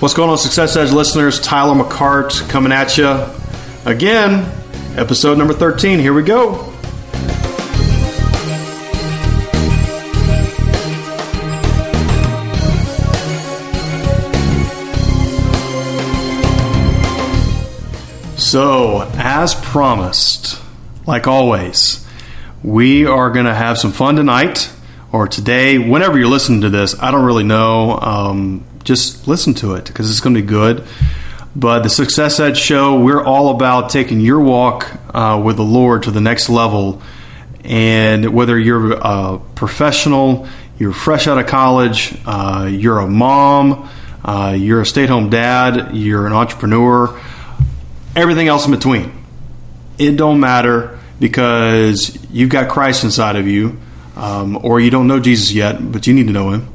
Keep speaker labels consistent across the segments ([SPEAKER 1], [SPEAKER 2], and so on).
[SPEAKER 1] What's going on, Success Edge listeners? Tyler McCart coming at you again. Episode number 13. Here we go. So, as promised, like always, we are going to have some fun tonight or today, whenever you're listening to this. I don't really know. Um, just listen to it because it's going to be good. But the Success Edge show, we're all about taking your walk uh, with the Lord to the next level. And whether you're a professional, you're fresh out of college, uh, you're a mom, uh, you're a stay at home dad, you're an entrepreneur, everything else in between. It don't matter because you've got Christ inside of you, um, or you don't know Jesus yet, but you need to know him.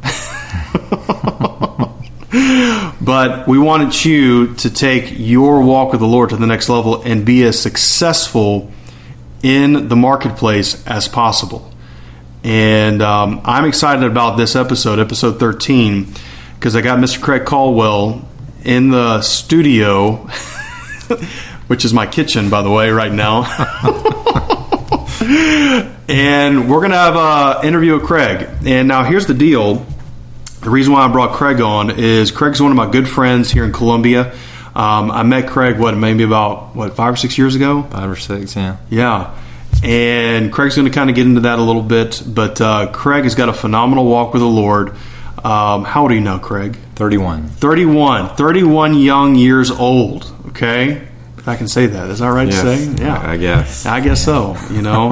[SPEAKER 1] but we wanted you to take your walk with the Lord to the next level and be as successful in the marketplace as possible. And um, I'm excited about this episode, episode 13, because I got Mr. Craig Caldwell in the studio, which is my kitchen, by the way, right now. and we're going to have an interview with Craig. And now here's the deal the reason why I brought Craig on is Craig's one of my good friends here in Columbia. Um, I met Craig what maybe about what five or six years ago.
[SPEAKER 2] Five or six, yeah,
[SPEAKER 1] yeah. And Craig's going to kind of get into that a little bit, but uh, Craig has got a phenomenal walk with the Lord. Um, how old are you now, Craig?
[SPEAKER 2] 31.
[SPEAKER 1] 31. 31 young years old, okay? If I can say that. Is that right
[SPEAKER 2] Yes,
[SPEAKER 1] to say? Yeah.
[SPEAKER 2] I guess.
[SPEAKER 1] I guess so, you know?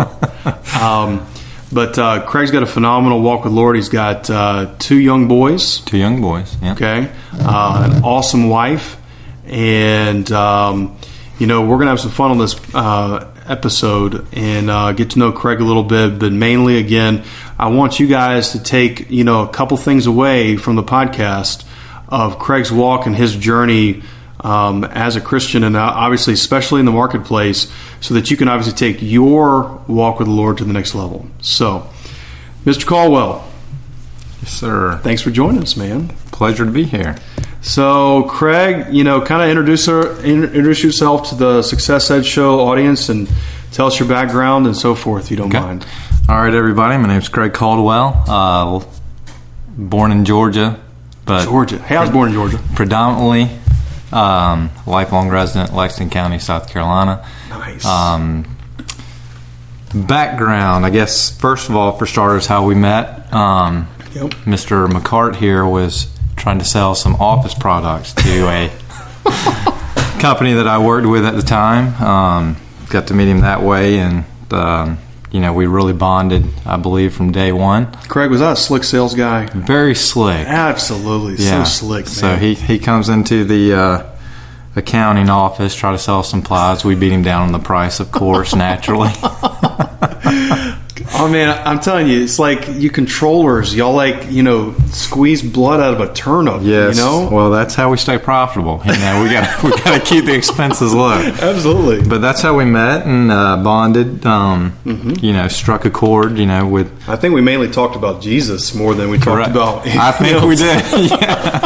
[SPEAKER 1] um, but uh, Craig's got a phenomenal walk with the Lord. He's got uh, two young boys,
[SPEAKER 2] Two young boys, yeah.
[SPEAKER 1] okay uh, an awesome wife and um, you know we're gonna have some fun on this uh, episode and uh, get to know craig a little bit but mainly again i want you guys to take you know a couple things away from the podcast of craig's walk and his journey um, as a christian and uh, obviously especially in the marketplace so that you can obviously take your walk with the lord to the next level so mr caldwell
[SPEAKER 2] Yes, sir.
[SPEAKER 1] thanks for joining us man
[SPEAKER 2] Pleasure to be here.
[SPEAKER 1] so, Craig, you know, kind of introduce her, in- introduce yourself to the Success Ed Show audience and tell us your background and so forth, if you don't
[SPEAKER 2] Okay.
[SPEAKER 1] mind.
[SPEAKER 2] All right, everybody. My name's Craig Caldwell. Uh, born in Georgia, but
[SPEAKER 1] Georgia. Hey, I was born in Georgia.
[SPEAKER 2] predominantly um, lifelong resident, Lexington County, South Carolina.
[SPEAKER 1] Nice.
[SPEAKER 2] Um, background, I guess. First of all, for starters, how we met. Um,
[SPEAKER 1] Yep.
[SPEAKER 2] Mr. McCart here was trying to sell some office products to a company that I worked with at the time. Um, got to meet him that way, and um, you know we really bonded. I believe from day one.
[SPEAKER 1] Craig, was that a slick sales guy?
[SPEAKER 2] Very slick.
[SPEAKER 1] Absolutely. So slick, man.
[SPEAKER 2] Mm. So he, he comes into the uh, accounting office, try to sell some plies. We beat him down on the price, of course, naturally.
[SPEAKER 1] oh, man, I'm telling you, it's like you controllers, y'all like, you know, squeeze blood out of a turnip. You know?
[SPEAKER 2] Well, that's how we stay profitable. You know, we got we got to keep the expenses low.
[SPEAKER 1] Absolutely.
[SPEAKER 2] But that's how we met and uh, bonded. Um,
[SPEAKER 1] Mm-hmm.
[SPEAKER 2] You know, struck a chord. You know, with
[SPEAKER 1] I think we mainly talked about Jesus more than we talked about.
[SPEAKER 2] I think we did. Yeah.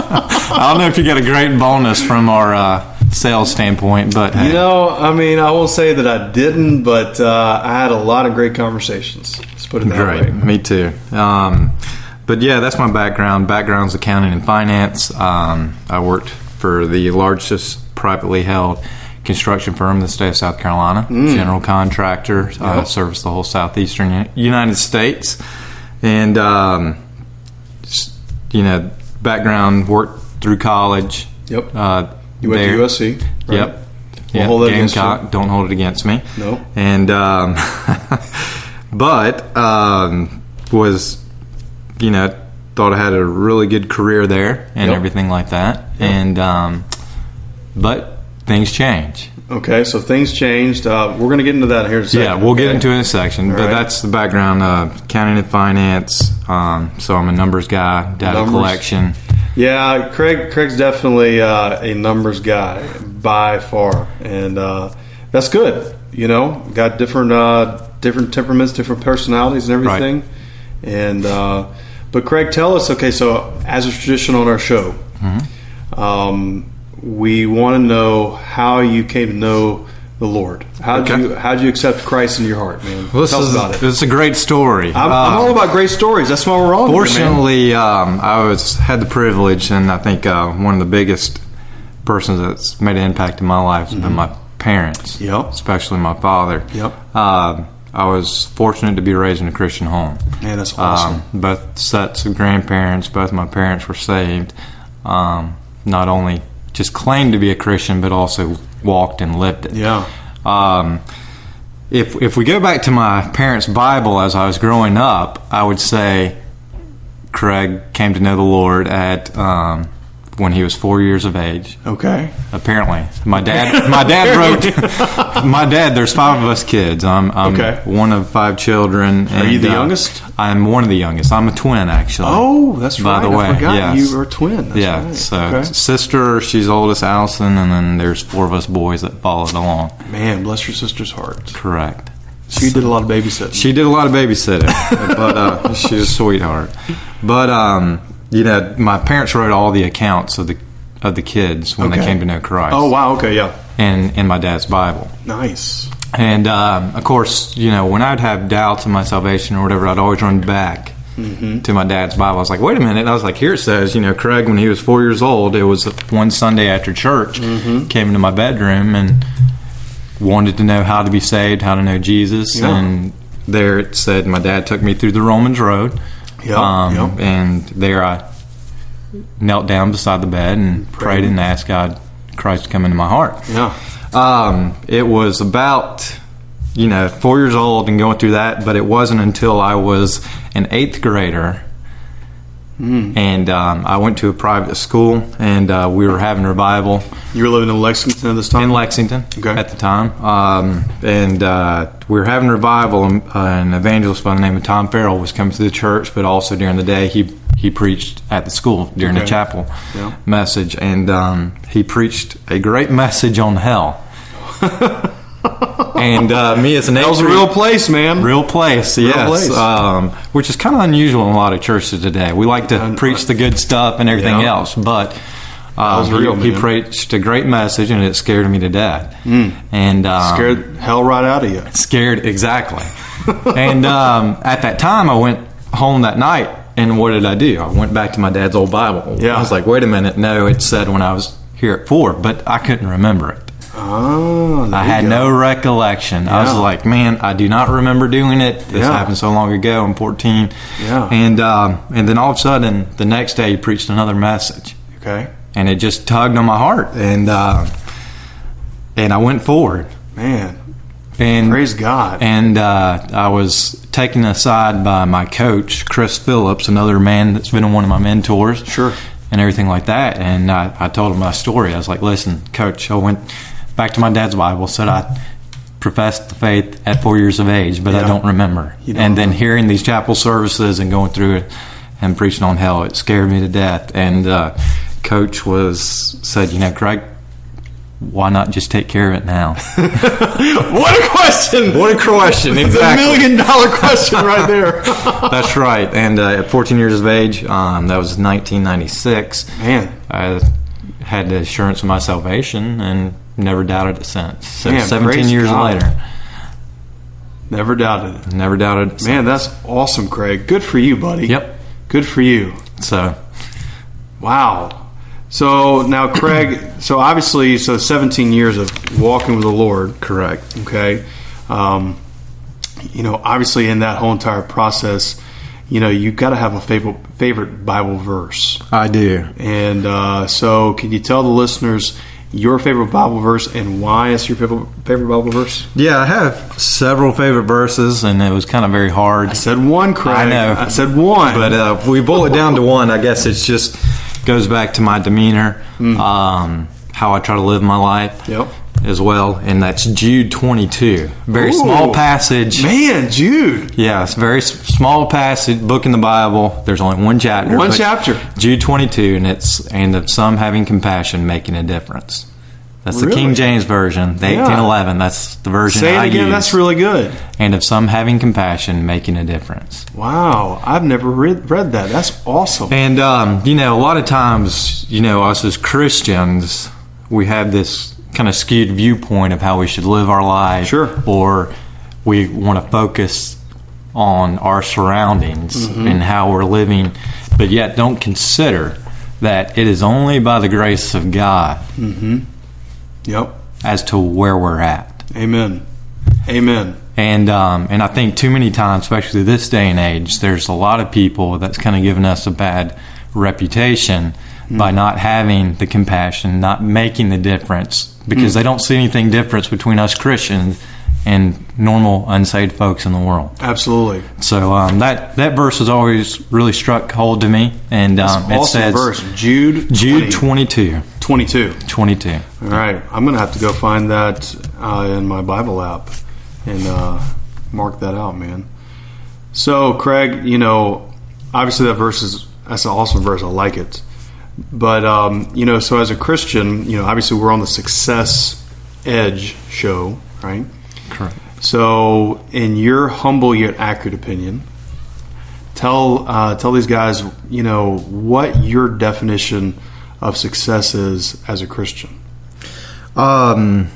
[SPEAKER 2] I don't know if you got a great bonus from our uh, sales standpoint, but hey,
[SPEAKER 1] You know, I mean, I won't say that I didn't, but uh, I had a lot of great conversations. Let's put it that
[SPEAKER 2] great.
[SPEAKER 1] way.
[SPEAKER 2] Me too. Um, but yeah, that's my background. Background's accounting and finance. Um, I worked for the largest privately held construction firm in the state of South Carolina.
[SPEAKER 1] Mm.
[SPEAKER 2] General contractor, uh, serviced the whole southeastern U- United States, and um, s- you know, background worked through college.
[SPEAKER 1] Yep.
[SPEAKER 2] Uh,
[SPEAKER 1] You went
[SPEAKER 2] there.
[SPEAKER 1] to USC. right?
[SPEAKER 2] Yep.
[SPEAKER 1] We'll
[SPEAKER 2] Yeah,
[SPEAKER 1] hold that against
[SPEAKER 2] Gamecock, don't hold it against me.
[SPEAKER 1] No.
[SPEAKER 2] And um, but um, was you know thought I had a really good career there and
[SPEAKER 1] Yep.
[SPEAKER 2] everything like that. And um, but things change.
[SPEAKER 1] Okay, so things changed. Uh, we're going to get into that here in a second.
[SPEAKER 2] yeah, we'll get
[SPEAKER 1] okay?
[SPEAKER 2] into it in a section. but
[SPEAKER 1] right.
[SPEAKER 2] that's the background of accounting and finance. Um, so I'm a numbers guy, data
[SPEAKER 1] Numbers.
[SPEAKER 2] collection.
[SPEAKER 1] Yeah, Craig. Craig's definitely uh, a numbers guy by far, and uh, that's good. You know, got different uh, different temperaments, different personalities, and
[SPEAKER 2] Right.
[SPEAKER 1] everything. And uh, but Craig, tell us. Okay, so as is tradition on our show,
[SPEAKER 2] Mm-hmm.
[SPEAKER 1] Um, we want to know how you came to know the Lord. How did
[SPEAKER 2] Okay.
[SPEAKER 1] you how did you accept Christ in your heart, man?
[SPEAKER 2] Well, this
[SPEAKER 1] Tell us
[SPEAKER 2] is
[SPEAKER 1] about it.
[SPEAKER 2] it's a great story. Uh,
[SPEAKER 1] I'm, I'm all about great stories. That's why we're on. here, man.
[SPEAKER 2] Fortunately, um, I was had the privilege, and I think uh, one of the biggest persons that's made an impact in my life has been my parents.
[SPEAKER 1] Mm-hmm. Yep.
[SPEAKER 2] especially my father.
[SPEAKER 1] Yep.
[SPEAKER 2] Um, I was fortunate to be raised in a Christian home.
[SPEAKER 1] man, that's awesome.
[SPEAKER 2] Um, both sets of grandparents, both my parents were saved. Um, not only just claimed to be a Christian, but also walked and lived it.
[SPEAKER 1] yeah,
[SPEAKER 2] Um, if if we go back to my parents' Bible as I was growing up, I would say Craig came to know the Lord at um, when he was four years of age.
[SPEAKER 1] okay,
[SPEAKER 2] Apparently, my dad my dad wrote my dad. There's five of us kids. I'm, I'm
[SPEAKER 1] Okay.
[SPEAKER 2] one of five children. Are
[SPEAKER 1] you the youngest?
[SPEAKER 2] I'm one of the youngest. I'm a twin, actually.
[SPEAKER 1] Oh, that's right.
[SPEAKER 2] By the
[SPEAKER 1] I
[SPEAKER 2] way,
[SPEAKER 1] forgot
[SPEAKER 2] yes.
[SPEAKER 1] you are a twin. That's
[SPEAKER 2] yeah,
[SPEAKER 1] right.
[SPEAKER 2] so
[SPEAKER 1] Okay.
[SPEAKER 2] sister, she's oldest, Allison, and then there's four of us boys that followed along.
[SPEAKER 1] man, bless your sister's heart.
[SPEAKER 2] Correct.
[SPEAKER 1] She did a lot of babysitting.
[SPEAKER 2] She did a lot of babysitting, but uh, she was a sweetheart. But um, you know, my parents wrote all the accounts of the of the kids when they
[SPEAKER 1] Okay.
[SPEAKER 2] came to know Christ,
[SPEAKER 1] oh wow, okay, yeah,
[SPEAKER 2] and in my dad's Bible.
[SPEAKER 1] nice.
[SPEAKER 2] And um, of course, you know, when I'd have doubts in my salvation or whatever, I'd always run back to my dad's Bible. I was like, wait a minute. I was like, here it says, you know, Craig, when he was four years old, it was one Sunday after church, came into my bedroom and wanted to know how to be saved, how to know Jesus.
[SPEAKER 1] Yeah.
[SPEAKER 2] And there it said, my dad took me through the Romans Road.
[SPEAKER 1] Yeah,
[SPEAKER 2] um,
[SPEAKER 1] yeah.
[SPEAKER 2] And there I knelt down beside the bed and prayed and asked God, Christ to come into my heart.
[SPEAKER 1] Yeah,
[SPEAKER 2] Um, it was about you know four years old and going through that, but it wasn't until I was an eighth grader, and um, I went to a private school, and uh, we were having revival
[SPEAKER 1] you were living in Lexington at this time.
[SPEAKER 2] in Lexington
[SPEAKER 1] Okay.
[SPEAKER 2] at the time, um, and uh, we were having revival. And uh, an evangelist by the name of Tom Farrell was coming to the church, but also during the day he he preached at the school during the
[SPEAKER 1] Okay.
[SPEAKER 2] chapel
[SPEAKER 1] Yeah.
[SPEAKER 2] message, and um, he preached a great message on hell. and uh, me as an
[SPEAKER 1] that was a real place, man.
[SPEAKER 2] Real place, yes.
[SPEAKER 1] place.
[SPEAKER 2] Um, which is kind of unusual in a lot of churches today. We like to
[SPEAKER 1] Un-
[SPEAKER 2] preach the good stuff and everything
[SPEAKER 1] Yeah.
[SPEAKER 2] else, but uh,
[SPEAKER 1] was
[SPEAKER 2] he-
[SPEAKER 1] real,
[SPEAKER 2] he,
[SPEAKER 1] man.
[SPEAKER 2] preached a great message, and it scared me to death. And um,
[SPEAKER 1] Hmm. Scared hell right out of you.
[SPEAKER 2] scared exactly. and um, at that time, I went home that night, and what did I do? I went back to my dad's old Bible.
[SPEAKER 1] Yeah.
[SPEAKER 2] I was like, wait a minute, no, it said when I was here at four, but I couldn't remember it.
[SPEAKER 1] Oh, there
[SPEAKER 2] I
[SPEAKER 1] you
[SPEAKER 2] had
[SPEAKER 1] go.
[SPEAKER 2] no recollection. I was
[SPEAKER 1] Yeah.
[SPEAKER 2] like, man, I do not remember doing it. This
[SPEAKER 1] Yeah.
[SPEAKER 2] happened so long ago. I'm 14.
[SPEAKER 1] Yeah.
[SPEAKER 2] And um, and then all of a sudden, the next day, he preached another message,
[SPEAKER 1] Okay,
[SPEAKER 2] and it just tugged on my heart, and uh, and I went forward.
[SPEAKER 1] man,
[SPEAKER 2] And
[SPEAKER 1] praise God.
[SPEAKER 2] and uh, I was taken aside by my coach, Chris Phillips, another man that's been one of my mentors.
[SPEAKER 1] Sure.
[SPEAKER 2] And everything like that. And I, I told him my story. I was like, listen, coach, I went back to my dad's Bible, said I professed the faith at four years of age, but
[SPEAKER 1] Yeah.
[SPEAKER 2] I don't remember.
[SPEAKER 1] You don't
[SPEAKER 2] and then hearing these chapel services and going through it and preaching on hell, it scared me to death. And uh, coach was said, you know, Craig, why not just take care of it now?
[SPEAKER 1] what a question!
[SPEAKER 2] what a question!
[SPEAKER 1] a million dollar question right there.
[SPEAKER 2] That's right. And uh, at 14 years of age, um, that was 1996.
[SPEAKER 1] man,
[SPEAKER 2] I had the assurance of my salvation and never doubted it since. So
[SPEAKER 1] Man,
[SPEAKER 2] 17
[SPEAKER 1] praise
[SPEAKER 2] years
[SPEAKER 1] God.
[SPEAKER 2] later,
[SPEAKER 1] never doubted it.
[SPEAKER 2] never doubted. It
[SPEAKER 1] Man, that's awesome, Craig. Good for you, buddy.
[SPEAKER 2] Yep.
[SPEAKER 1] Good for you.
[SPEAKER 2] since. So
[SPEAKER 1] Wow. So now, Craig. So obviously, so 17 years of walking with the Lord.
[SPEAKER 2] correct.
[SPEAKER 1] Okay. Um, you know, obviously, in that whole entire process, you know, you got to have a favorite favorite Bible verse.
[SPEAKER 2] I do.
[SPEAKER 1] And uh, so, can you tell the listeners your favorite Bible verse and why it's your favorite favorite Bible verse?
[SPEAKER 2] Yeah, I have several favorite verses, and it was kind of very hard.
[SPEAKER 1] I said one, Craig.
[SPEAKER 2] I know.
[SPEAKER 1] I said one.
[SPEAKER 2] But uh, if we boil it down to one, I guess it's just goes back to my demeanor, um, how I try to live my life
[SPEAKER 1] Mm. Yep.
[SPEAKER 2] as well, and that's Jude 22. Very
[SPEAKER 1] Ooh.
[SPEAKER 2] small passage.
[SPEAKER 1] man, Jude.
[SPEAKER 2] Yeah, it's a very s- small passage book in the Bible. There's only one chapter.
[SPEAKER 1] One
[SPEAKER 2] but
[SPEAKER 1] chapter.
[SPEAKER 2] Jude 22, and it's and of some having compassion, making a difference. That's the
[SPEAKER 1] Really?
[SPEAKER 2] King James version, the
[SPEAKER 1] Yeah.
[SPEAKER 2] 1811. That's the version
[SPEAKER 1] Say
[SPEAKER 2] I
[SPEAKER 1] it again.
[SPEAKER 2] use.
[SPEAKER 1] That's really good.
[SPEAKER 2] and of some having compassion, making a difference.
[SPEAKER 1] Wow, I've never read, read that. That's awesome.
[SPEAKER 2] And um, you know, a lot of times, you know, us as Christians, we have this kind of skewed viewpoint of how we should live our life,
[SPEAKER 1] Sure.
[SPEAKER 2] or we want to focus on our surroundings and how we're living, but yet don't consider that it is only by the grace of God
[SPEAKER 1] Yep.
[SPEAKER 2] as to where we're at.
[SPEAKER 1] Amen. Amen.
[SPEAKER 2] And um, and I think too many times, especially this day and age, there's a lot of people that's kind of given us a bad reputation
[SPEAKER 1] Mm-hmm.
[SPEAKER 2] by not having the compassion, not making the difference,
[SPEAKER 1] Mm.
[SPEAKER 2] because they don't see anything difference between us Christians and normal unsaved folks in the world.
[SPEAKER 1] Absolutely.
[SPEAKER 2] So um, that that verse has always really struck hold to me, and um, it
[SPEAKER 1] awesome
[SPEAKER 2] says
[SPEAKER 1] verse. Jude 20,
[SPEAKER 2] Jude 22,
[SPEAKER 1] 22.
[SPEAKER 2] 22.
[SPEAKER 1] All right. I'm going to have to go find that uh, in my Bible app and uh, mark that out, man. So, Craig, you know, obviously that verse is that's an awesome verse. I like it. But um, you know, so as a Christian, you know, obviously we're on the success edge show, right?
[SPEAKER 2] Correct.
[SPEAKER 1] So, in your humble yet accurate opinion, tell uh, tell these guys, you know, what your definition of success is as a Christian.
[SPEAKER 2] Um,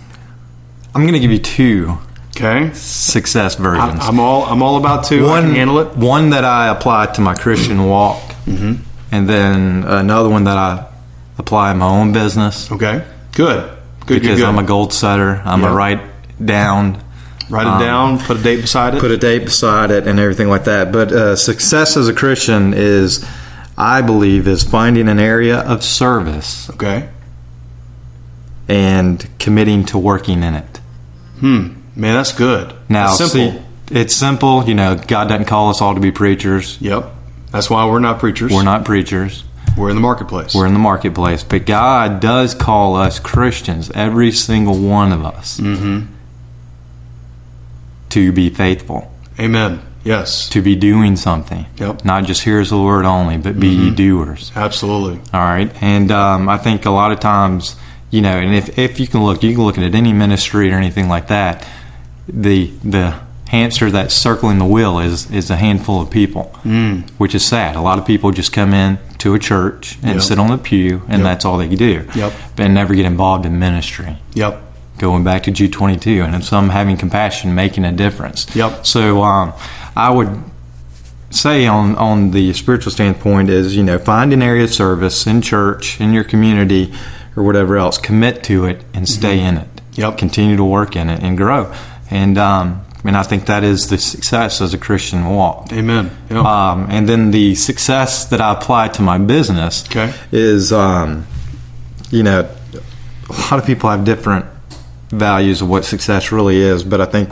[SPEAKER 2] I'm going to give you two
[SPEAKER 1] Okay,
[SPEAKER 2] success
[SPEAKER 1] I,
[SPEAKER 2] versions.
[SPEAKER 1] I'm all I'm all about to I
[SPEAKER 2] one
[SPEAKER 1] can handle it.
[SPEAKER 2] One that I apply to my Christian walk, and then another one that I apply in my own business
[SPEAKER 1] Okay, good, good,
[SPEAKER 2] because
[SPEAKER 1] good, good.
[SPEAKER 2] I'm a goal setter. I'm
[SPEAKER 1] Yeah.
[SPEAKER 2] a write down,
[SPEAKER 1] Write it
[SPEAKER 2] um,
[SPEAKER 1] down, put a date beside it.
[SPEAKER 2] put a date beside it, and everything like that. But uh, success as a Christian is, I believe, is finding an area of service
[SPEAKER 1] okay,
[SPEAKER 2] and committing to working in it.
[SPEAKER 1] Hmm. man, that's good.
[SPEAKER 2] Now,
[SPEAKER 1] That's simple.
[SPEAKER 2] see, it's simple. You know, God doesn't call us all to be preachers.
[SPEAKER 1] Yep, that's why we're not preachers.
[SPEAKER 2] We're not preachers.
[SPEAKER 1] We're in the marketplace.
[SPEAKER 2] We're in the marketplace, but God does call us Christians, every single one of us, to be faithful,
[SPEAKER 1] Amen. Yes.
[SPEAKER 2] to be doing something.
[SPEAKER 1] Yep.
[SPEAKER 2] Not just hearers of the word only, but be ye doers.
[SPEAKER 1] Absolutely.
[SPEAKER 2] All right. And um, I think a lot of times, you know, and if, if you can look, you can look at any ministry or anything like that. The the hamster that's circling the wheel is is a handful of people, mm. which is sad. A lot of people just come in to a church and
[SPEAKER 1] Yep.
[SPEAKER 2] sit on the pew, and
[SPEAKER 1] Yep.
[SPEAKER 2] that's all they do.
[SPEAKER 1] Yep.
[SPEAKER 2] And never get involved in ministry
[SPEAKER 1] Yep.
[SPEAKER 2] going back to G22 and it's some having compassion making a difference.
[SPEAKER 1] Yep.
[SPEAKER 2] So um, I would say on on the spiritual standpoint is you know find an area of service in church in your community or whatever else commit to it and stay in it.
[SPEAKER 1] Mm-hmm. Yep.
[SPEAKER 2] Continue to work in it and grow. And um, and I think that is the success as a Christian walk.
[SPEAKER 1] Amen. Yeah.
[SPEAKER 2] Um, and then the success that I apply to my business
[SPEAKER 1] Okay.
[SPEAKER 2] is, um, you know, a lot of people have different values of what success really is, but I think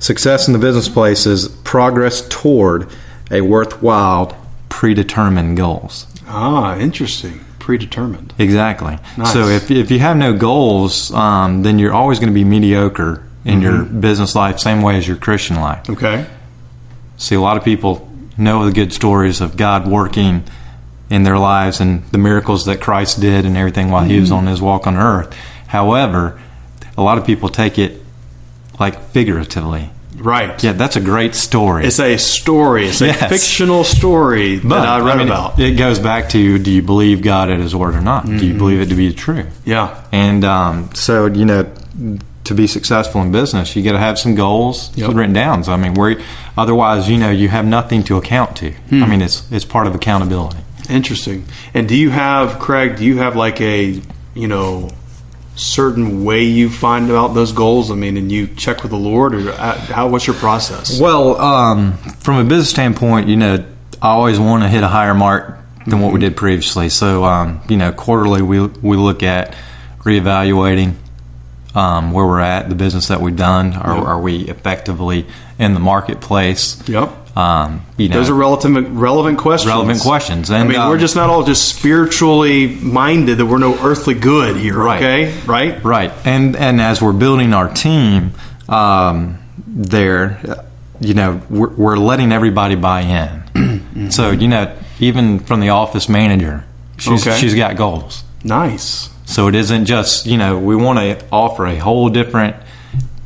[SPEAKER 2] success in the business place is progress toward a worthwhile, predetermined goals.
[SPEAKER 1] ah, interesting. Predetermined.
[SPEAKER 2] Exactly.
[SPEAKER 1] Nice.
[SPEAKER 2] So if, if you have no goals, um, then you're always going to be mediocre
[SPEAKER 1] Mm-hmm.
[SPEAKER 2] in your business life, same way as your Christian life.
[SPEAKER 1] Okay.
[SPEAKER 2] See, a lot of people know the good stories of God working in their lives and the miracles that Christ did and everything while he was
[SPEAKER 1] Mm-hmm.
[SPEAKER 2] on his walk on earth. However, a lot of people take it like figuratively.
[SPEAKER 1] Right.
[SPEAKER 2] Yeah, that's a great story.
[SPEAKER 1] It's a story. It's a
[SPEAKER 2] Yes.
[SPEAKER 1] fictional story
[SPEAKER 2] but
[SPEAKER 1] that I read
[SPEAKER 2] mean,
[SPEAKER 1] about. Mm-hmm.
[SPEAKER 2] It goes back to do you believe God at his word or not? Do you believe it to be true?
[SPEAKER 1] yeah.
[SPEAKER 2] And um, so, you know, to be successful in business, you got to have some goals
[SPEAKER 1] Yep.
[SPEAKER 2] written down. So, I mean, where otherwise, you know, you have nothing to account to. I mean, it's it's part of accountability.
[SPEAKER 1] Interesting. And do you have Craig? Do you have like a you know certain way you find out those goals? I mean, and you check with the Lord, or uh, how? What's your process?
[SPEAKER 2] Well, um, from a business standpoint, you know, I always want to hit a higher mark than what we did previously. So, um, you know, quarterly we we look at reevaluating um, where we're at, the business that we've done, are,
[SPEAKER 1] Yep.
[SPEAKER 2] are we effectively in the marketplace?
[SPEAKER 1] Yep.
[SPEAKER 2] Um, you know,
[SPEAKER 1] Those are relative, relevant questions.
[SPEAKER 2] relevant questions.
[SPEAKER 1] I
[SPEAKER 2] And,
[SPEAKER 1] mean,
[SPEAKER 2] um,
[SPEAKER 1] we're just not all just spiritually minded that we're no earthly good here.
[SPEAKER 2] Right.
[SPEAKER 1] Okay. Right.
[SPEAKER 2] Right, and and as we're building our team, um, there, you know, we're, we're letting everybody buy in. So you know, even from the office manager, she's
[SPEAKER 1] Okay.
[SPEAKER 2] she's got goals.
[SPEAKER 1] Nice.
[SPEAKER 2] So it isn't just, you know, we want to offer a whole different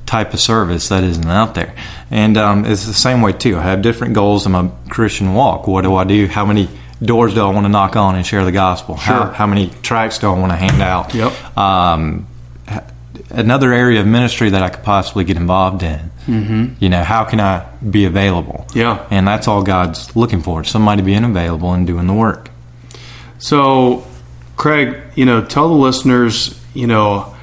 [SPEAKER 2] type of service that isn't out there. And um, it's the same way, too. I have different goals in my Christian walk. What do I do? How many doors do I want to knock on and share the gospel? How,
[SPEAKER 1] Sure.
[SPEAKER 2] how many tracts do I want to hand out?
[SPEAKER 1] Yep.
[SPEAKER 2] Um, h- another area of ministry that I could possibly get involved in. Mm-hmm. You know, how can I be available?
[SPEAKER 1] Yeah.
[SPEAKER 2] And that's all God's looking for somebody being available and doing the work.
[SPEAKER 1] So, Craig, you know, tell the listeners, you know,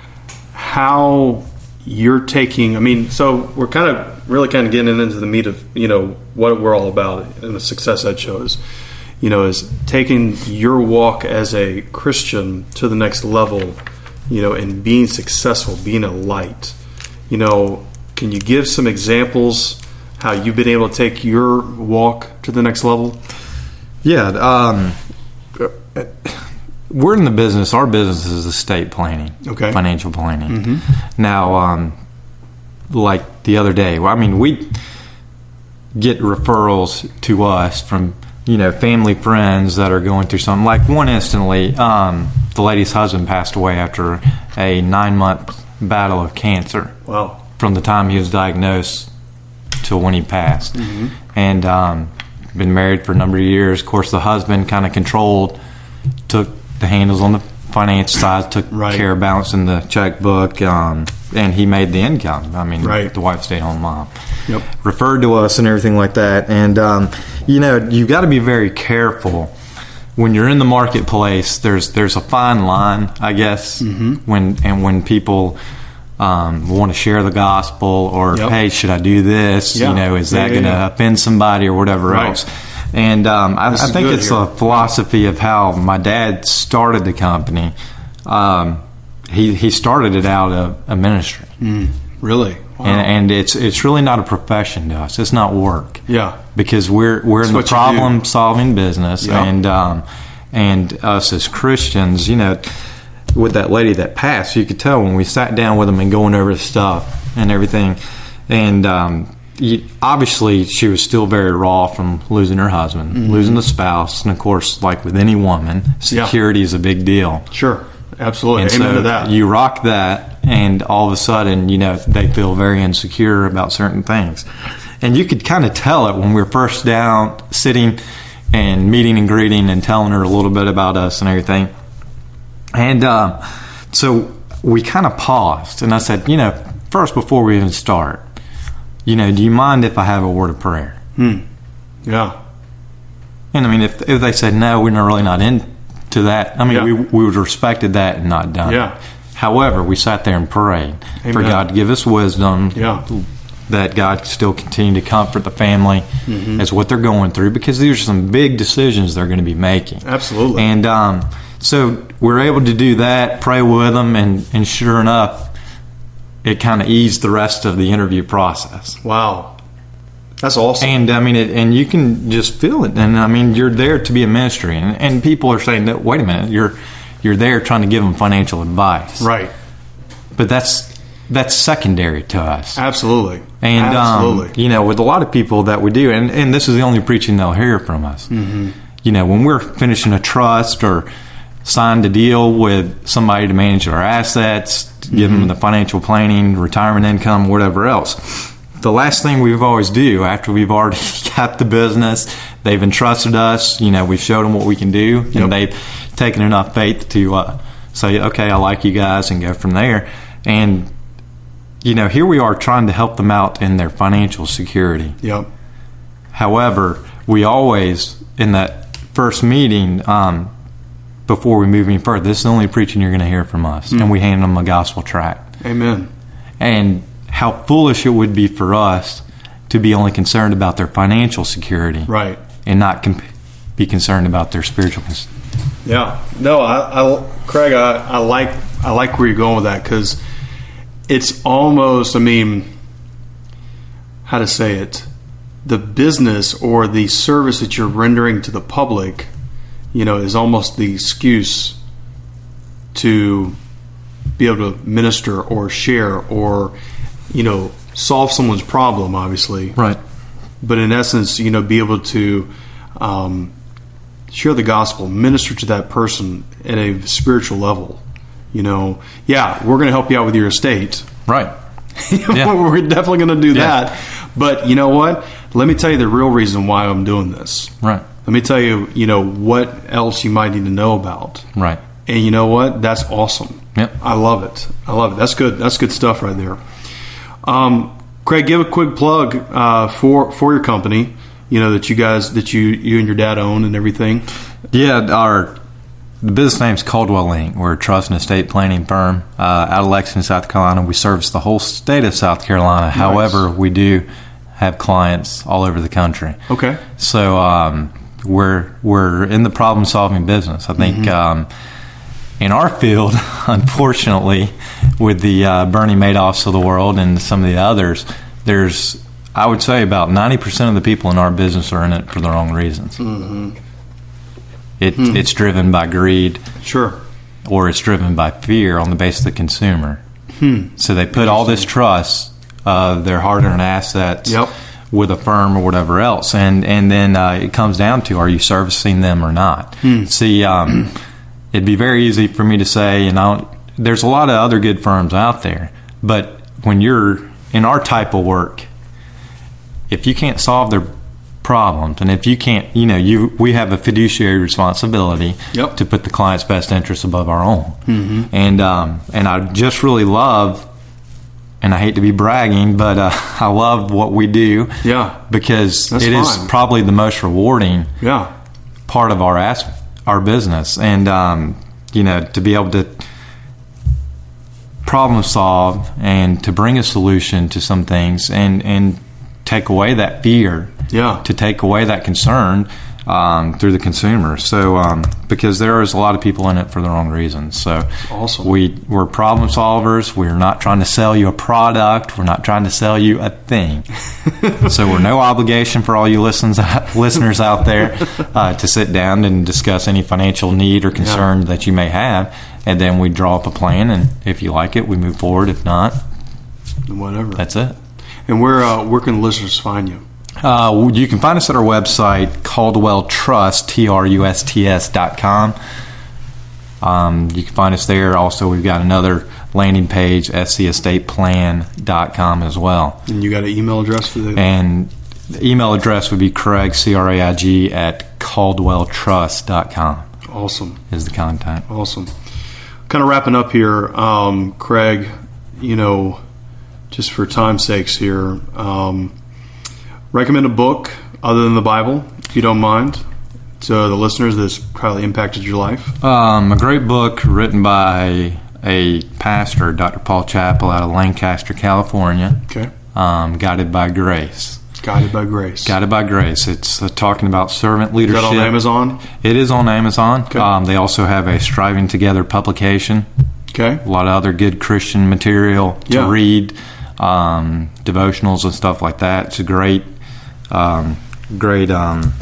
[SPEAKER 1] how you're taking. I mean, so we're kind of really kind of getting into the meat of you know what we're all about in the success ed shows. You know, is taking your walk as a Christian to the next level. You know, and being successful, being a light. You know, can you give some examples how you've been able to take your walk to the next level?
[SPEAKER 2] Yeah, um, we're in the business. Our business is estate planning,
[SPEAKER 1] Okay.
[SPEAKER 2] financial planning. Now, um, like the other day, well, I mean, we get referrals to us from you know family friends that are going through something. Like one instantly, um, the lady's husband passed away after a nine month battle of cancer
[SPEAKER 1] Wow.
[SPEAKER 2] from the time he was diagnosed till when he passed.
[SPEAKER 1] Mm-hmm.
[SPEAKER 2] And um, been married for a number of years. Of course, the husband kind of controlled, took the handles on the finance side, took
[SPEAKER 1] Right.
[SPEAKER 2] care of balancing the checkbook, um, and he made the income. I mean,
[SPEAKER 1] Right.
[SPEAKER 2] the wife stayed home mom.
[SPEAKER 1] Yep.
[SPEAKER 2] Referred to us and everything like that. And, um, you know, you've got to be very careful. When you're in the marketplace, there's there's a fine line, I guess,
[SPEAKER 1] Mm-hmm.
[SPEAKER 2] when and when people um, want to share the gospel or
[SPEAKER 1] Yep.
[SPEAKER 2] hey, should I do this?
[SPEAKER 1] Yeah.
[SPEAKER 2] You know, is
[SPEAKER 1] Yeah,
[SPEAKER 2] that
[SPEAKER 1] yeah,
[SPEAKER 2] going to
[SPEAKER 1] yeah.
[SPEAKER 2] offend somebody or whatever
[SPEAKER 1] Right.
[SPEAKER 2] else? And um, I,
[SPEAKER 1] This
[SPEAKER 2] I
[SPEAKER 1] is
[SPEAKER 2] think
[SPEAKER 1] good
[SPEAKER 2] it's
[SPEAKER 1] here.
[SPEAKER 2] a philosophy of how my dad started the company. Um, he he started it out of a ministry,
[SPEAKER 1] Really? Wow.
[SPEAKER 2] Mm, and, and it's it's really not a profession to us. It's not work
[SPEAKER 1] yeah.
[SPEAKER 2] because we're we're in the
[SPEAKER 1] That's what you do.
[SPEAKER 2] problem solving business,
[SPEAKER 1] Yeah.
[SPEAKER 2] and um, and us as Christians, you know, with that lady that passed, you could tell when we sat down with them and going over the stuff and everything, and um, you, obviously she was still very raw from losing her husband, losing the spouse, and of course, like with any woman,
[SPEAKER 1] Mm-hmm. Yeah.
[SPEAKER 2] security is a big deal.
[SPEAKER 1] Sure, absolutely.
[SPEAKER 2] And
[SPEAKER 1] Amen
[SPEAKER 2] so
[SPEAKER 1] to that.
[SPEAKER 2] you rock that, and all of a sudden, you know, they feel very insecure about certain things. And you could kind of tell it when we were first down, sitting and meeting and greeting and telling her a little bit about us and everything. And um, so we kind of paused, and I said, you know, first, before we even start, you know, do you mind if I have a word of prayer?
[SPEAKER 1] Hmm. yeah,
[SPEAKER 2] And I mean, if, if they said no, we're not really not into that. I mean,
[SPEAKER 1] Yeah.
[SPEAKER 2] we we would have respected that and not done. it.
[SPEAKER 1] Yeah.
[SPEAKER 2] However, we sat there and prayed for
[SPEAKER 1] Amen.
[SPEAKER 2] God to give us wisdom.
[SPEAKER 1] Yeah.
[SPEAKER 2] That God still continue to comfort the family
[SPEAKER 1] Mm-hmm.
[SPEAKER 2] as what they're going through because these are some big decisions they're going to be making.
[SPEAKER 1] Absolutely.
[SPEAKER 2] And um, so we're able to do that, pray with them, and, and sure enough, it kind of eased the rest of the interview process.
[SPEAKER 1] wow, that's awesome.
[SPEAKER 2] And I mean, it, and you can just feel it. And I mean, you're there to be a ministry, and, and people are saying that. Wait a minute, you're you're there trying to give them financial advice,
[SPEAKER 1] right,
[SPEAKER 2] But that's that's secondary to us.
[SPEAKER 1] absolutely,
[SPEAKER 2] And
[SPEAKER 1] absolutely.
[SPEAKER 2] um, you know, with a lot of people that we do, and, and this is the only preaching they'll hear from us.
[SPEAKER 1] Mm-hmm.
[SPEAKER 2] You know, when we're finishing a trust or signed a deal with somebody to manage our assets, to give
[SPEAKER 1] Mm-hmm.
[SPEAKER 2] them the financial planning, retirement income, whatever else. The last thing we've always do after we've already got the business, they've entrusted us. You know, we've showed them what we can do,
[SPEAKER 1] Yep.
[SPEAKER 2] and they've taken enough faith to uh, say, "Okay, I like you guys," and go from there. And you know, here we are trying to help them out in their financial security.
[SPEAKER 1] yep,
[SPEAKER 2] However, we always, in that first meeting, um, before we move any further, this is the only preaching you're going to hear from us. And we hand them a gospel tract.
[SPEAKER 1] amen.
[SPEAKER 2] And how foolish it would be for us to be only concerned about their financial security
[SPEAKER 1] Right.
[SPEAKER 2] and not com- be concerned about their spiritual. Cons-
[SPEAKER 1] Yeah. No, I, I Craig, I, I like I like where you're going with that because it's almost. I mean, how to say it? The business or the service that you're rendering to the public, you know, is almost the excuse to be able to minister or share or, you know, solve someone's problem. Obviously,
[SPEAKER 2] right.
[SPEAKER 1] but in essence, you know, be able to um, share the gospel, minister to that person at a spiritual level, you know, yeah, we're going to help you out with your estate.
[SPEAKER 2] Right. Yeah.
[SPEAKER 1] we're definitely going to do
[SPEAKER 2] Yeah.
[SPEAKER 1] that. But you know what? Let me tell you the real reason why I'm doing this.
[SPEAKER 2] Right.
[SPEAKER 1] Let me tell you, you know, what else you might need to know about.
[SPEAKER 2] Right.
[SPEAKER 1] And you know what? That's awesome.
[SPEAKER 2] Yep.
[SPEAKER 1] I love it. I love it. That's good. That's good stuff right there. Um, Craig, give a quick plug uh, for for your company. You know that you guys that you you and your dad own and everything.
[SPEAKER 2] Yeah, our the business name's Caldwell Inc. We're a trust and estate planning firm uh, out of Lexington, South Carolina. We service the whole state of South Carolina. However, we do have clients all over the country.
[SPEAKER 1] Okay.
[SPEAKER 2] So um, we're we're in the problem solving business. I think um, in our field, unfortunately, with the uh, Bernie Madoffs of the world and some of the others, there's I would say about ninety percent of the people in our business are in it for the wrong reasons. It, It's driven by greed
[SPEAKER 1] Sure.
[SPEAKER 2] or it's driven by fear on the basis of the consumer.
[SPEAKER 1] Hmm.
[SPEAKER 2] So they put all this trust, uh, their hard-earned assets,
[SPEAKER 1] Yep.
[SPEAKER 2] with a firm or whatever else, and and then uh, it comes down to are you servicing them or not? See, um, it'd be very easy for me to say, and I don't, there's a lot of other good firms out there, but when you're in our type of work, if you can't solve their problems and if you can't you know you we have a fiduciary responsibility
[SPEAKER 1] Yep.
[SPEAKER 2] to put the client's best interest above our own mm-hmm. and um, and i just really love and i hate to be bragging but uh, i love what we do
[SPEAKER 1] Yeah.
[SPEAKER 2] because
[SPEAKER 1] That's
[SPEAKER 2] it is
[SPEAKER 1] fine.
[SPEAKER 2] probably the most rewarding
[SPEAKER 1] Yeah.
[SPEAKER 2] part of our as- our business, and um, you know to be able to problem solve and to bring a solution to some things, and and take away that fear,
[SPEAKER 1] Yeah.
[SPEAKER 2] to take away that concern um, through the consumer. So um, because there is a lot of people in it for the wrong reasons. So
[SPEAKER 1] Awesome.
[SPEAKER 2] we we're problem solvers. We're not trying to sell you a product. We're not trying to sell you a thing. so we're no obligation for all you listens, listeners out there uh, to sit down and discuss any financial need or concern that you may have, and then we draw up a plan. And if you like it, we move forward. If not,
[SPEAKER 1] Whatever.
[SPEAKER 2] that's it.
[SPEAKER 1] and where uh, where can listeners find you?
[SPEAKER 2] Uh, you can find us at our website, Caldwell Trust, T R U S T S dot com. Um, you can find us there. Also, we've got another landing page, scestateplan.com as well.
[SPEAKER 1] And you got an email address for the.
[SPEAKER 2] And the email address would be Craig, C R A I G, at CaldwellTrust.com
[SPEAKER 1] awesome.
[SPEAKER 2] is the contact.
[SPEAKER 1] Awesome. Kind of wrapping up here, um, Craig. You know, just for time's sakes here, um, recommend a book other than the Bible, if you don't mind, to the listeners that's probably impacted your life.
[SPEAKER 2] Um, a great book written by a pastor, Dr. Paul Chappell, out of Lancaster, California,
[SPEAKER 1] Okay,
[SPEAKER 2] um, Guided by Grace.
[SPEAKER 1] guided by grace.
[SPEAKER 2] Guided by Grace. It's uh, talking about servant
[SPEAKER 1] Is
[SPEAKER 2] leadership.
[SPEAKER 1] that on Amazon?
[SPEAKER 2] It is on Amazon.
[SPEAKER 1] Okay.
[SPEAKER 2] Um, they also have a Striving Together publication.
[SPEAKER 1] Okay,
[SPEAKER 2] A lot of other good Christian material to
[SPEAKER 1] Yeah.
[SPEAKER 2] read, um, devotionals and stuff like that. It's a great, um, great um,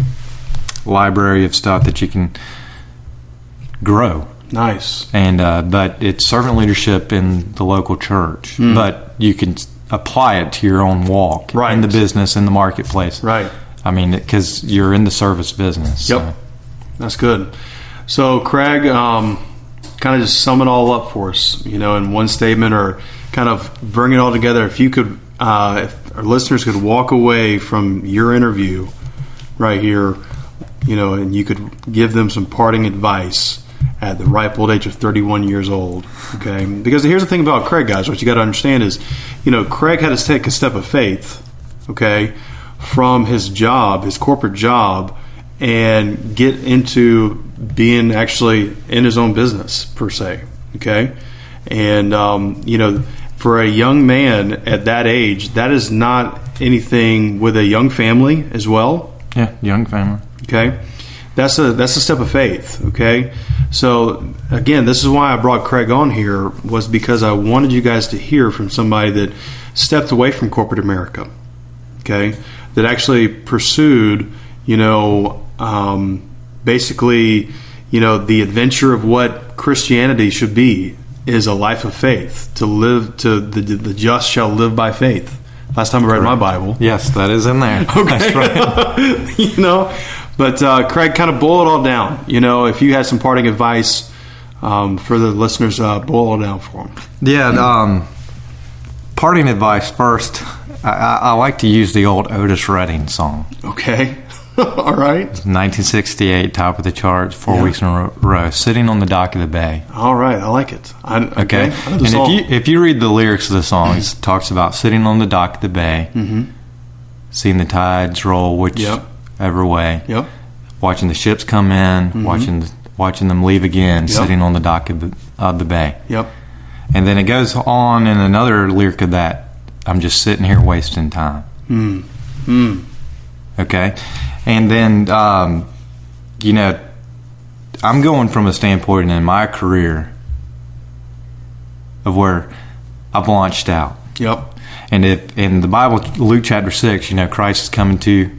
[SPEAKER 2] library of stuff that you can grow.
[SPEAKER 1] nice.
[SPEAKER 2] And uh, but it's servant leadership in the local church.
[SPEAKER 1] Mm.
[SPEAKER 2] But you can s- apply it to your own walk
[SPEAKER 1] Right.
[SPEAKER 2] in the business in the marketplace.
[SPEAKER 1] Right.
[SPEAKER 2] I mean, because you're in the service business.
[SPEAKER 1] Yep. That's good. So, Craig, um, kind of just sum it all up for us, you know, in one statement or kind of bring it all together. If you could, uh, if our listeners could walk away from your interview right here, you know, and you could give them some parting advice at the ripe old age of 31 years old, okay? Because here's the thing about Craig, guys, what you got to understand is, you know, Craig had to take a step of faith, okay, from his job, his corporate job, and get into being actually in his own business per se. Okay, and um, you know, for a young man at that age, that is not anything with a young family as well.
[SPEAKER 2] Yeah, young family.
[SPEAKER 1] Okay, that's a that's a step of faith. Okay, so again, this is why I brought Craig on here was because I wanted you guys to hear from somebody that stepped away from corporate America. Okay, that actually pursued, you know, um, basically, you know, the adventure of what Christianity should be is a life of faith. To live, to the the just shall live by faith. Last time I read my Bible
[SPEAKER 2] Yes, that is in there. Okay. That's right.
[SPEAKER 1] you know. But uh, Craig, kind of boil it all down. You know, if you had some parting advice um, for the listeners, uh, boil it down for them.
[SPEAKER 2] Yeah. Um, parting advice first. I, I, I like to use the old Otis Redding song.
[SPEAKER 1] Okay. All right.
[SPEAKER 2] 1968, top of the charts, four
[SPEAKER 1] Yeah.
[SPEAKER 2] weeks in a ro- row, sitting on the dock of the bay.
[SPEAKER 1] All right. I like it. I, okay.
[SPEAKER 2] Okay,
[SPEAKER 1] I know
[SPEAKER 2] and
[SPEAKER 1] the song.
[SPEAKER 2] if you if you read the lyrics of the song, it talks about sitting on the dock of the bay, seeing the tides roll whichever
[SPEAKER 1] Mm-hmm. Yep.
[SPEAKER 2] way,
[SPEAKER 1] yep.
[SPEAKER 2] watching the ships come in, watching watching them leave again,
[SPEAKER 1] Yep.
[SPEAKER 2] sitting on the dock of the, of the bay.
[SPEAKER 1] Yep.
[SPEAKER 2] And then it goes on in another lyric of that I'm just sitting here wasting time.
[SPEAKER 1] Hmm.
[SPEAKER 2] Mm. Mm. Okay. And then, um, you know, I'm going from a standpoint in my career of where I've launched out.
[SPEAKER 1] Yep.
[SPEAKER 2] And if in the Bible, Luke chapter 6, you know, Christ is coming to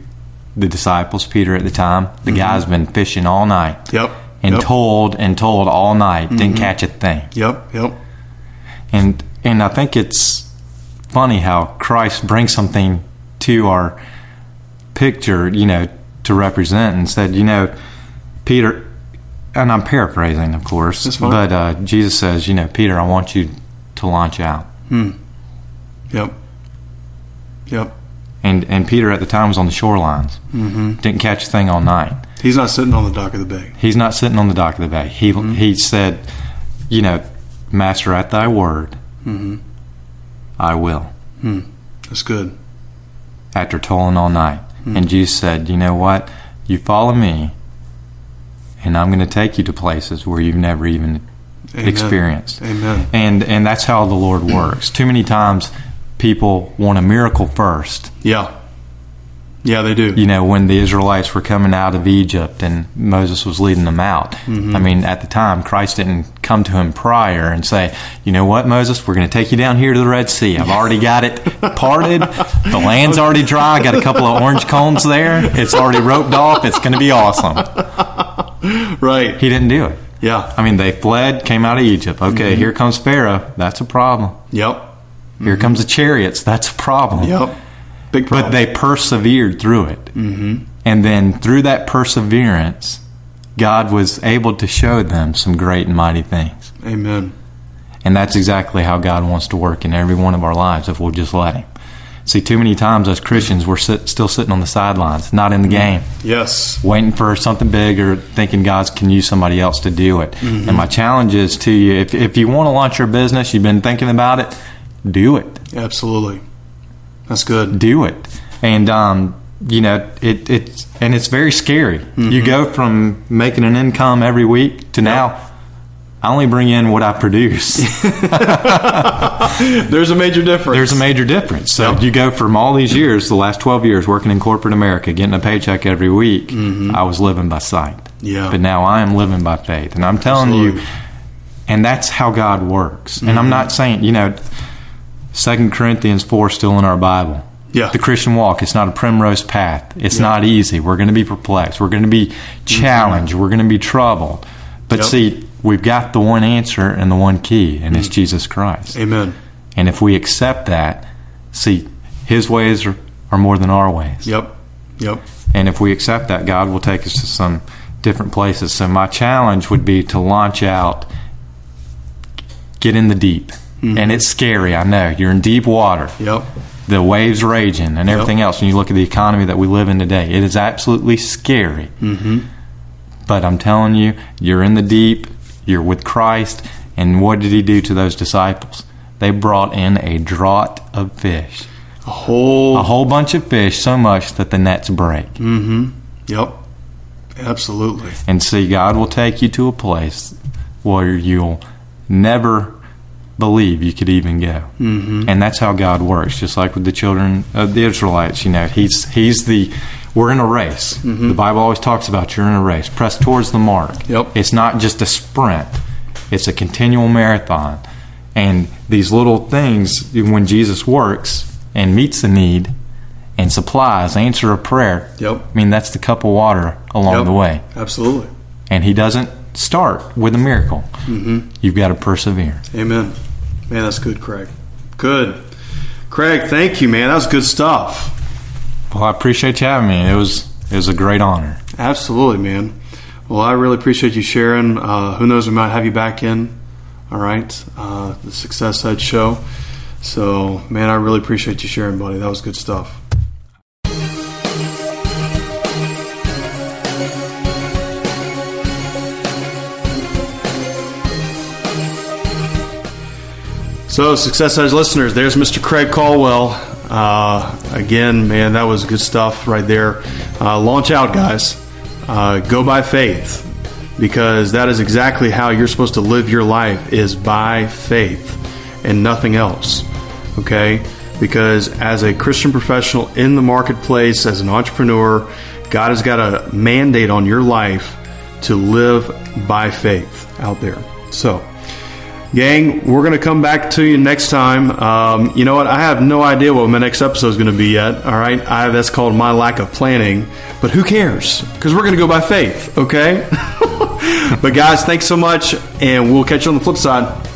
[SPEAKER 2] the disciples, Peter at the time. The guy's been fishing all night
[SPEAKER 1] Yep.
[SPEAKER 2] and
[SPEAKER 1] yep. Mm-hmm.
[SPEAKER 2] told and told all night, didn't catch a thing
[SPEAKER 1] Yep. Yep.
[SPEAKER 2] and and I think it's funny how Christ brings something to our picture, you know, to represent, and said, you know, Peter, and I'm paraphrasing, of course,
[SPEAKER 1] That's fine.
[SPEAKER 2] but uh, Jesus says, you know, Peter, I want you to launch out,
[SPEAKER 1] Yep. Yep.
[SPEAKER 2] and and Peter at the time was on the shorelines, mm-hmm. didn't catch a thing all night.
[SPEAKER 1] He's not sitting on the dock of the bay.
[SPEAKER 2] He's not sitting on the dock of the bay. He
[SPEAKER 1] Mm-hmm.
[SPEAKER 2] he said, you know, Master, at Thy word, I will.
[SPEAKER 1] Mm-hmm. That's good.
[SPEAKER 2] after toiling all night. And Jesus said, You know what? You follow me, and I'm going to take you to places where you've never even
[SPEAKER 1] Amen.
[SPEAKER 2] experienced.
[SPEAKER 1] Amen.
[SPEAKER 2] And, and that's how the Lord works. Too many times people want a miracle first.
[SPEAKER 1] Yeah. Yeah, they do.
[SPEAKER 2] You know, when the Israelites were coming out of Egypt and Moses was leading them out, I mean, at the time, Christ didn't come to him prior and say, You know what, Moses, we're going to take you down here to the Red Sea. I've already got it parted. The land's already dry. I got a couple of orange cones there. It's already roped off. It's going to be awesome.
[SPEAKER 1] Right.
[SPEAKER 2] He didn't do it.
[SPEAKER 1] Yeah.
[SPEAKER 2] I mean, they fled, came out of Egypt. Okay, here comes Pharaoh. That's a problem.
[SPEAKER 1] Yep.
[SPEAKER 2] Here comes the chariots. That's a problem.
[SPEAKER 1] Yep. Big problem.
[SPEAKER 2] But they persevered through it. Mm-hmm. And then through that perseverance, God was able to show them some great and mighty things.
[SPEAKER 1] Amen.
[SPEAKER 2] And that's exactly how God wants to work in every one of our lives if we'll just let Him. See, too many times as Christians, we're sit, still sitting on the sidelines, not in the game,
[SPEAKER 1] Yes.
[SPEAKER 2] waiting for something big or thinking God can use somebody else to do it. And my challenge is to you if, if you want to launch your business, you've been thinking about it, do it
[SPEAKER 1] Absolutely. That's good.
[SPEAKER 2] do it and um you know it it's and it's very scary
[SPEAKER 1] Mm-hmm.
[SPEAKER 2] you go from making an income every week to now i only bring in what i produce
[SPEAKER 1] There's a major difference.
[SPEAKER 2] there's a major difference so
[SPEAKER 1] Yep.
[SPEAKER 2] you go from all these years the last 12 years working in corporate america getting a paycheck every week i was living by sight
[SPEAKER 1] Mm-hmm. Yeah.
[SPEAKER 2] but now i am living by faith and i'm telling
[SPEAKER 1] Absolutely. Mm-hmm.
[SPEAKER 2] you and that's how god works and i'm not saying you know Second corinthians 4 still in our bible
[SPEAKER 1] yeah.
[SPEAKER 2] the Christian walk. It's not a primrose path. It's not easy. We're going to be perplexed. We're going to be challenged. We're going to be troubled. But
[SPEAKER 1] Yep.
[SPEAKER 2] see, we've got the one answer and the one key, and it's Jesus Christ.
[SPEAKER 1] Amen.
[SPEAKER 2] And if we accept that, see, His ways are, are more than our ways.
[SPEAKER 1] Yep. Yep.
[SPEAKER 2] And if we accept that, God will take us to some different places. So my challenge would be to launch out, get in the deep. And it's scary, I know. You're in deep water
[SPEAKER 1] Yep.
[SPEAKER 2] the waves raging and everything else, and you look at the economy that we live in today, it is absolutely scary. Mm-hmm. But I'm telling you, you're in the deep, you're with Christ, and what did he do to those disciples? They brought in a draught of fish,
[SPEAKER 1] A whole.
[SPEAKER 2] a whole bunch of fish, so much that the nets break.
[SPEAKER 1] mm-hmm. Yep. Absolutely.
[SPEAKER 2] And see, God will take you to a place where you'll never believe you could even go. Mm-hmm. And that's how God works, just like with the children of the Israelites. You know, He's He's the we're in a race. The Bible always talks about you're in a race. Press towards the mark.
[SPEAKER 1] Mm-hmm. Yep.
[SPEAKER 2] It's not just a sprint. It's a continual marathon. And these little things when Jesus works and meets the need and supplies, answer a prayer.
[SPEAKER 1] Yep.
[SPEAKER 2] I mean, that's the cup of water along
[SPEAKER 1] Yep.
[SPEAKER 2] the way
[SPEAKER 1] Absolutely.
[SPEAKER 2] and he doesn't start with a miracle. Mm-hmm. You've got to persevere.
[SPEAKER 1] Amen. Man, that's good, Craig. Good. Craig, thank you, man. That was good stuff.
[SPEAKER 2] Well, I appreciate you having me. It was it was a great honor.
[SPEAKER 1] Absolutely, man. Well, I really appreciate you sharing. Uh, who knows, we might have you back in. All right, uh, the Success Edge show. So, man, I really appreciate you sharing, buddy. That was good stuff. So, Success Edge listeners, there's Mr. Craig Caldwell. Uh, again, man, that was good stuff right there. Uh, launch out, guys. Uh, go by faith because that is exactly how you're supposed to live your life is by faith and nothing else. Okay? Because as a Christian professional in the marketplace, as an entrepreneur, God has got a mandate on your life to live by faith out there. So, gang, we're going to come back to you next time. Um, you know what? I have no idea what my next episode is going to be yet. All right. I, that's called my lack of planning, but who cares? Because we're going to go by faith. Okay. but guys, thanks so much, and we'll catch you on the flip side.